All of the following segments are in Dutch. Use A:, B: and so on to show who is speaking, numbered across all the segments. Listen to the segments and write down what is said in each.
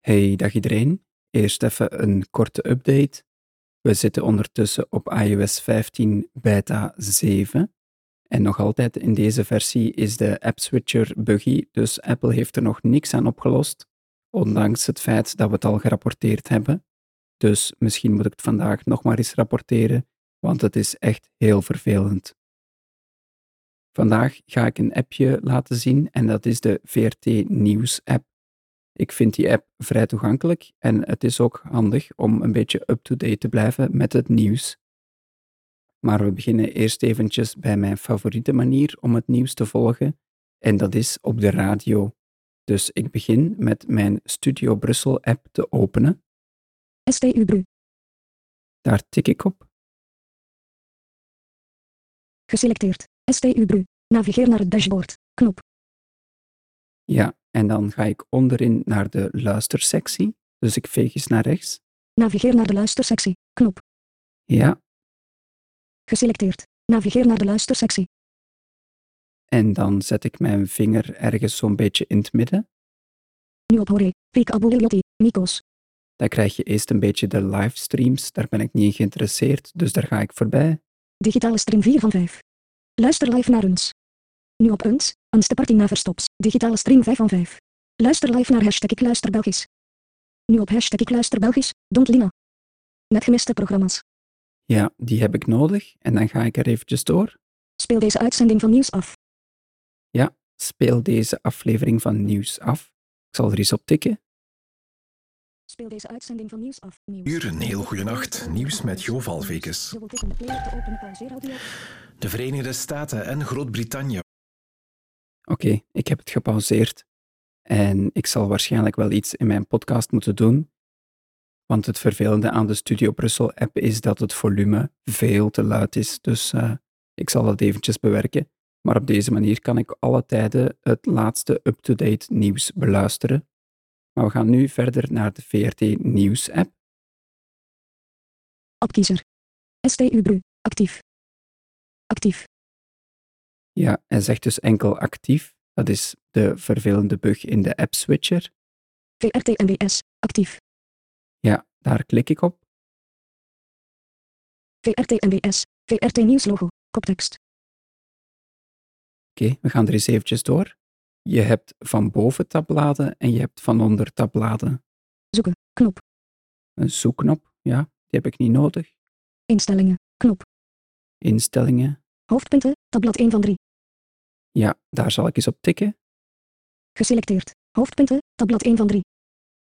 A: Hey, dag iedereen. Eerst even een korte update. We zitten ondertussen op iOS 15 beta 7. En nog altijd in deze versie is de app switcher buggy, dus Apple heeft er nog niks aan opgelost, ondanks het feit dat we het al gerapporteerd hebben. Dus misschien moet ik het vandaag nog maar eens rapporteren, want het is echt heel vervelend. Vandaag ga ik een appje laten zien en dat is de VRT Nieuws app. Ik vind die app vrij toegankelijk en het is ook handig om een beetje up-to-date te blijven met het nieuws. Maar we beginnen eerst eventjes bij mijn favoriete manier om het nieuws te volgen en dat is op de radio. Dus ik begin met mijn Studio Brussel app te openen.
B: STU Bru.
A: Daar tik ik op.
B: Geselecteerd. STU Bru. Navigeer naar het dashboard. Knop.
A: Ja, en dan ga ik onderin naar de luistersectie. Dus ik veeg eens naar rechts.
B: Navigeer naar de luistersectie. Knop.
A: Ja,
B: Geselecteerd. Navigeer naar de luistersectie.
A: en dan zet ik mijn vinger ergens zo'n beetje in het midden.
B: Nu op Hore. Peek Aboueliotti. Nikos.
A: Dan krijg je eerst een beetje de livestreams. Daar ben ik niet in geïnteresseerd, dus daar ga ik voorbij.
B: Digitale stream 4 van 5. Luister live naar ons. Nu op ons. Ans de partij na verstops. Digitale stream 5 van 5. Luister live naar hashtag ik luister Belgisch. Nu op hashtag ik luister Belgisch. Don't Lina. Net gemiste programma's.
A: Ja, die heb ik nodig. En dan ga ik er eventjes door.
B: Speel deze uitzending van nieuws af.
A: Speel deze aflevering van nieuws af. Ik zal er eens op tikken.
B: Speel deze uitzending van nieuws af. Nieuws.
C: Hier een heel goede nacht. Nieuws met Jo Valvekes. De Verenigde Staten en Groot-Brittannië
A: Oké, ik heb het gepauzeerd. En ik zal waarschijnlijk wel iets in mijn podcast moeten doen. Want het vervelende aan de Studio Brussel app is dat het volume veel te luid is. Dus eh, ik zal dat eventjes bewerken. Maar op deze manier kan ik alle tijden het laatste up-to-date nieuws beluisteren. Maar we gaan nu verder naar de VRT Nieuws app.
B: Opkiezer. STU Bru. Actief. Actief.
A: Ja, hij zegt dus enkel actief. Dat is de vervelende bug in de app switcher.
B: VRT NWS. Actief.
A: Ja, daar klik ik op.
B: VRT NWS. VRT nieuwslogo. Koptekst.
A: Oké, we gaan er eens eventjes door. Je hebt van boven tabbladen en je hebt van onder tabbladen.
B: Zoeken. Knop.
A: Een zoekknop, ja, die heb ik niet nodig.
B: Instellingen. Knop.
A: Instellingen,
B: Hoofdpunten. Tabblad 1 van 3.
A: ja, daar zal ik eens op tikken.
B: Geselecteerd. Hoofdpunten. Tabblad 1 van 3.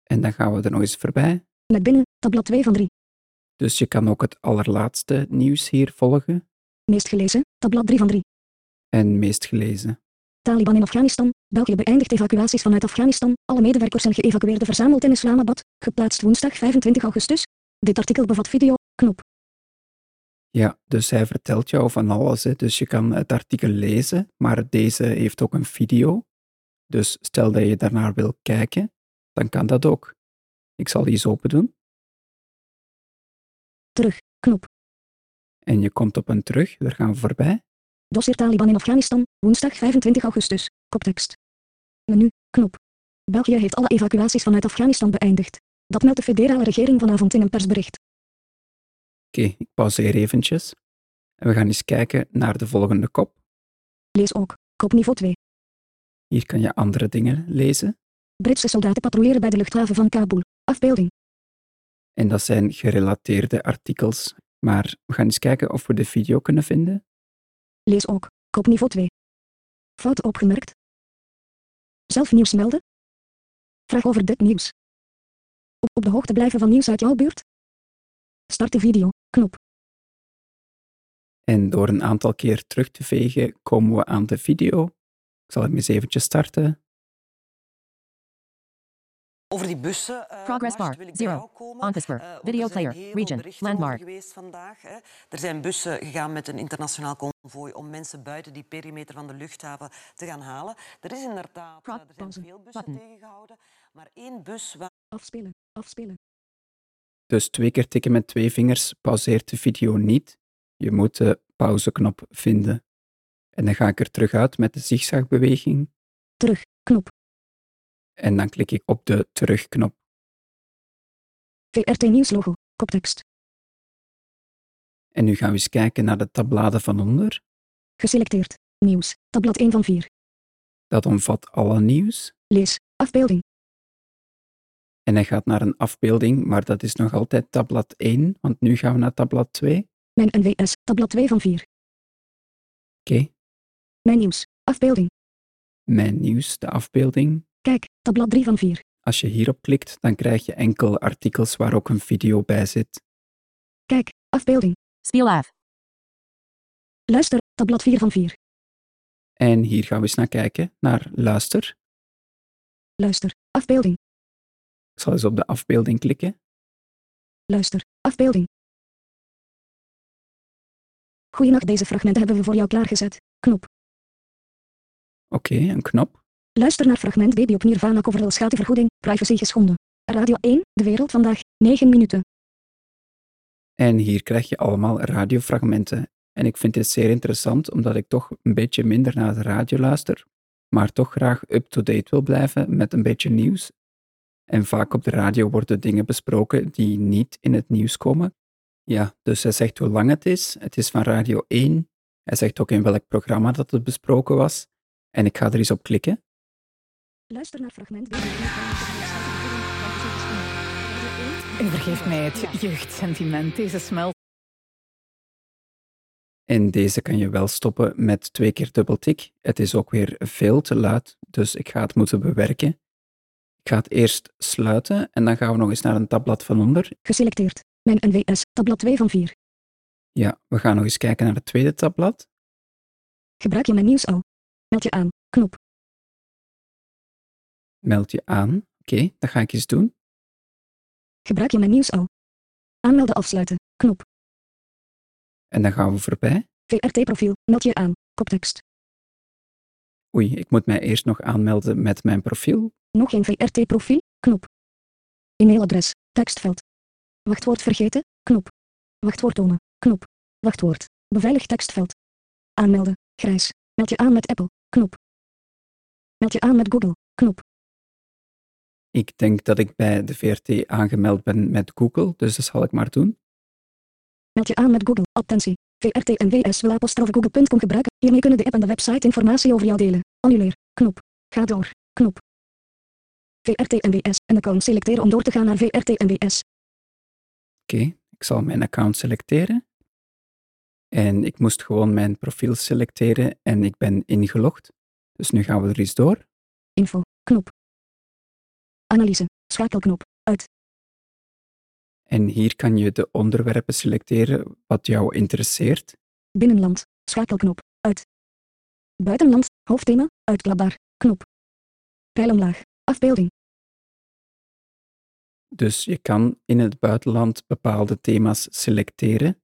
A: En dan gaan we er nog eens voorbij.
B: Net binnen. Tabblad 2 van 3.
A: Dus je kan ook het allerlaatste nieuws hier volgen
B: Meest gelezen. Tabblad 3 van 3.
A: en meest gelezen.
B: Taliban in Afghanistan. België beëindigt evacuaties vanuit Afghanistan. Alle medewerkers en geëvacueerden verzameld in Islamabad. Geplaatst woensdag 25 augustus. Dit artikel bevat video. Knop.
A: Ja, dus hij vertelt jou van alles. Hè. Dus je kan het artikel lezen, maar deze heeft ook een video. Dus stel dat je daarnaar wil kijken, dan kan dat ook. Ik zal die eens open doen.
B: Terug. Knop.
A: En je komt op een terug, daar gaan we voorbij.
B: Dossier Taliban in Afghanistan, woensdag 25 augustus. Koptekst. Menu, knop. België heeft alle evacuaties vanuit Afghanistan beëindigd. Dat meldt de federale regering vanavond in een persbericht.
A: Oké, ik pauzeer eventjes. En we gaan eens kijken naar de volgende kop.
B: Lees ook. Kop niveau 2.
A: Hier kan je andere dingen lezen.
B: Britse soldaten patrouilleren bij de luchthaven van Kabul. Afbeelding.
A: En dat zijn gerelateerde artikels. Maar we gaan eens kijken of we de video kunnen vinden.
B: Lees ook. Kop niveau 2. Fout opgemerkt. Zelf nieuws melden? Vraag over dit nieuws. Op, op de hoogte blijven van nieuws uit jouw buurt? Start de video. Knop.
A: En door een aantal keer terug te vegen, komen we aan de video. Ik zal hem eens eventjes starten.
D: Over die bussen. eh,
E: Progress
D: Marst,
E: bar,
D: wil ik
E: zero.
D: bij jou komen.
E: On Casper,
D: Eh, want
E: video
D: er zijn
E: player,
D: heel veel
E: region,
D: berichten
E: landmark.
D: over geweest vandaag. Hè. Er zijn bussen gegaan met een internationaal convooi om mensen buiten die perimeter van de luchthaven te gaan halen. Er is inderdaad eh,
E: Pro-
D: er zijn
E: pauze.
D: veel bussen
E: Button.
D: tegengehouden, maar één bus waar
B: Afspelen. Afspelen.
A: Dus twee keer tikken met twee vingers pauzeert de video niet. Je moet de pauzeknop vinden. En dan ga ik er terug uit met de zigzagbeweging.
B: Terug. Knop.
A: En dan klik ik op de terugknop.
B: VRT nieuwslogo. Koptekst.
A: En nu gaan we eens kijken naar de tabbladen van onder.
B: Geselecteerd. Nieuws. Tabblad 1 van 4.
A: Dat omvat alle nieuws.
B: Lees. Afbeelding.
A: En hij gaat naar een afbeelding, maar dat is nog altijd tabblad 1, want nu gaan we naar tabblad 2. Oké.
B: Mijn NWS. Tabblad 2 van 4. Mijn nieuws. Afbeelding.
A: Mijn nieuws, de afbeelding.
B: Kijk. Tabblad 3 van 4.
A: Als je hierop klikt, dan krijg je enkele artikels waar ook een video bij zit.
B: Kijk. Afbeelding.
E: Speel af.
B: Luister. Tabblad 4 van 4.
A: En hier gaan we eens naar kijken, naar luister.
B: Luister. Afbeelding.
A: Ik zal eens op de afbeelding klikken.
B: Luister. Afbeelding. Goeienacht, deze fragmenten hebben we voor jou klaargezet. Knop.
A: Oké, een knop.
B: Luister naar fragment Baby op Nirvana Coverall schadevergoeding, privacy geschonden. Radio 1, De Wereld Vandaag, 9 minuten.
A: En hier krijg je allemaal radiofragmenten. En ik vind dit zeer interessant, omdat ik toch een beetje minder naar de radio luister, maar toch graag up-to-date wil blijven met een beetje nieuws. En vaak op de radio worden dingen besproken die niet in het nieuws komen. Ja, dus hij zegt hoe lang het is. Het is van Radio 1. Hij zegt ook in welk programma dat het besproken was. En ik ga er eens op klikken.
B: Luister naar fragment Baby op Nirvana Coverall schadevergoeding, privacy geschonden. Radio 1, De
E: En
B: Wereld
E: vergeef mij
B: Vandaag.
E: het jeugdsentiment, deze smelt.
A: En deze kan je wel stoppen met twee keer dubbeltik. Het is ook weer veel te luid, dus ik ga het moeten bewerken. Ik ga het eerst sluiten en dan gaan we nog eens naar een tabblad van onder.
B: Geselecteerd. Mijn NWS, tabblad 2 van 4.
A: Ja, we gaan nog eens kijken naar het tweede tabblad.
B: Gebruik je mijn nieuws al. Meld je aan. Knop.
A: Meld je aan. Oké, dat ga ik eens doen.
B: Gebruik je mijn nieuws al. Aanmelden afsluiten. Knop.
A: En dan gaan we voorbij.
B: VRT profiel. Meld je aan. Koptekst.
A: Oei, ik moet mij eerst nog aanmelden met mijn profiel.
B: Nog geen VRT profiel. Knop. E-mailadres. Tekstveld. Wachtwoord vergeten. Knop. Wachtwoord tonen. Knop. Wachtwoord. Beveiligd tekstveld. Aanmelden. Grijs. Meld je aan met Apple. Knop. Meld je aan met Google. Knop.
A: Ik denk dat ik bij de VRT aangemeld ben met Google, dus dat zal ik maar doen.
B: Meld je aan met Google. Attentie. VRT en WS wil apostrofe google.com gebruiken. Hiermee kunnen de app en de website informatie over jou delen. Annuleer. Knop. Ga door. Knop. VRT en WS. Een account selecteren om door te gaan naar VRT en WS.
A: Oké, ik zal mijn account selecteren. En ik moest gewoon mijn profiel selecteren en ik ben ingelogd. Dus nu gaan we er eens door.
B: Info. Knop. Analyse. Schakelknop. Uit.
A: En hier kan je de onderwerpen selecteren wat jou interesseert.
B: Binnenland. Schakelknop. Uit. Buitenland. Hoofdthema. Uitklapbaar. Knop. Pijl omlaag. Afbeelding.
A: Dus je kan in het buitenland bepaalde thema's selecteren.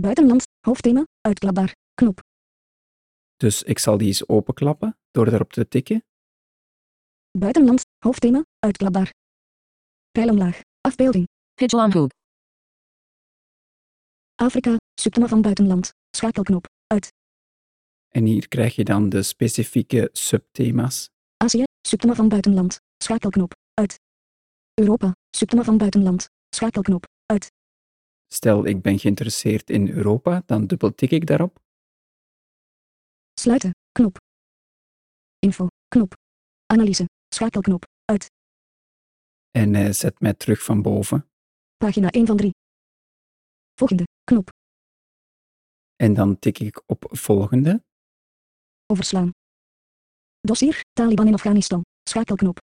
B: Buitenland. Hoofdthema. Uitklapbaar. Knop.
A: Dus ik zal die eens openklappen door erop te tikken.
B: Buitenland. Hoofdthema. Uitklapbaar. Pijl omlaag. Afbeelding.
E: Pitch omhoog.
B: Afrika, subthema van buitenland, schakelknop,
A: En hier krijg je dan de specifieke subthema's.
B: Azië, subthema van buitenland, schakelknop, uit. Europa, subthema van buitenland, schakelknop, uit.
A: Stel, ik ben geïnteresseerd in Europa, dan dubbeltik ik daarop.
B: Sluiten, knop. Info, knop. Analyse, schakelknop, uit.
A: En hij zet mij terug van boven.
B: Pagina 1 van 3. Volgende, knop.
A: En dan tik ik op volgende.
B: Overslaan. Dossier, Taliban in Afghanistan, schakelknop.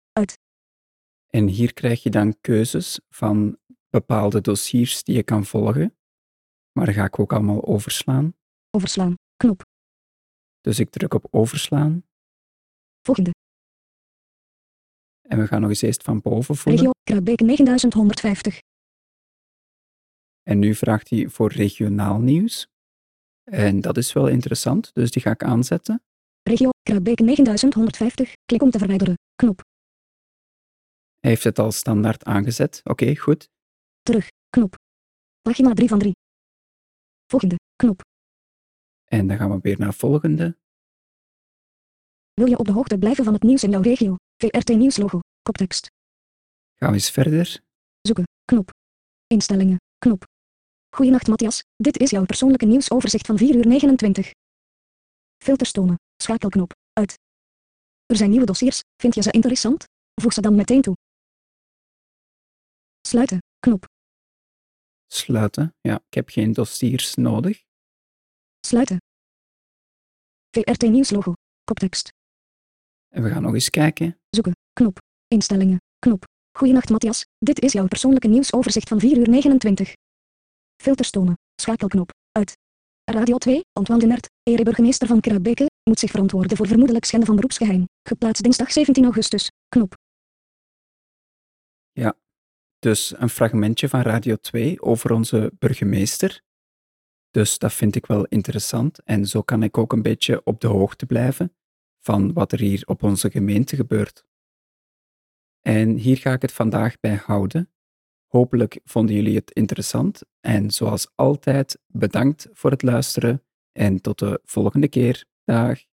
A: En hier krijg je dan keuzes van bepaalde dossiers die je kan volgen. Maar daar ga ik ook allemaal overslaan.
B: Overslaan, knop.
A: Dus ik druk op overslaan.
B: Volgende,
A: En we gaan nog eens eerst van boven voelen.
B: regio, Kruidbeek 9150.
A: En nu vraagt hij voor regionaal nieuws. En dat is wel interessant, dus die ga ik aanzetten.
B: Regio, Kruidbeek 9150. Klik om te verwijderen, knop.
A: Hij heeft het al standaard aangezet. Oké, goed.
B: Terug, knop. Pagina 3 van 3. Volgende, knop.
A: En dan gaan we weer naar volgende.
B: Wil je op de hoogte blijven van het nieuws in jouw regio? VRT Nieuwslogo, koptekst,
A: Gaan we eens verder.
B: knop. Instellingen. Knop. Goeienacht Matthias, dit is jouw persoonlijke nieuwsoverzicht van 4 uur 29. Filterstonen. Schakelknop. Uit. Er zijn nieuwe dossiers, vind je ze interessant? Voeg ze dan meteen toe. Sluiten. Knop.
A: Sluiten. Ja, ik heb geen dossiers nodig.
B: Sluiten. VRT nieuwslogo. Koptekst.
A: En we gaan nog eens kijken.
B: Zoeken. Knop. Instellingen. Knop. Goeienacht Matthias, dit is jouw persoonlijke nieuwsoverzicht van 4 uur 29. Filterstonen. Schakelknop. Uit. Radio 2, Antoine de Nert, ereburgemeester van Kruibeke, moet zich verantwoorden voor vermoedelijk schenden van beroepsgeheim. Geplaatst dinsdag 17 augustus. Knop.
A: Dus een fragmentje van Radio 2 over onze burgemeester. Dus dat vind ik wel interessant. En zo kan ik ook een beetje op de hoogte blijven van wat er hier op onze gemeente gebeurt. En hier ga ik het vandaag bij houden. Hopelijk vonden jullie het interessant. En zoals altijd, bedankt voor het luisteren. En tot de volgende keer. Dag.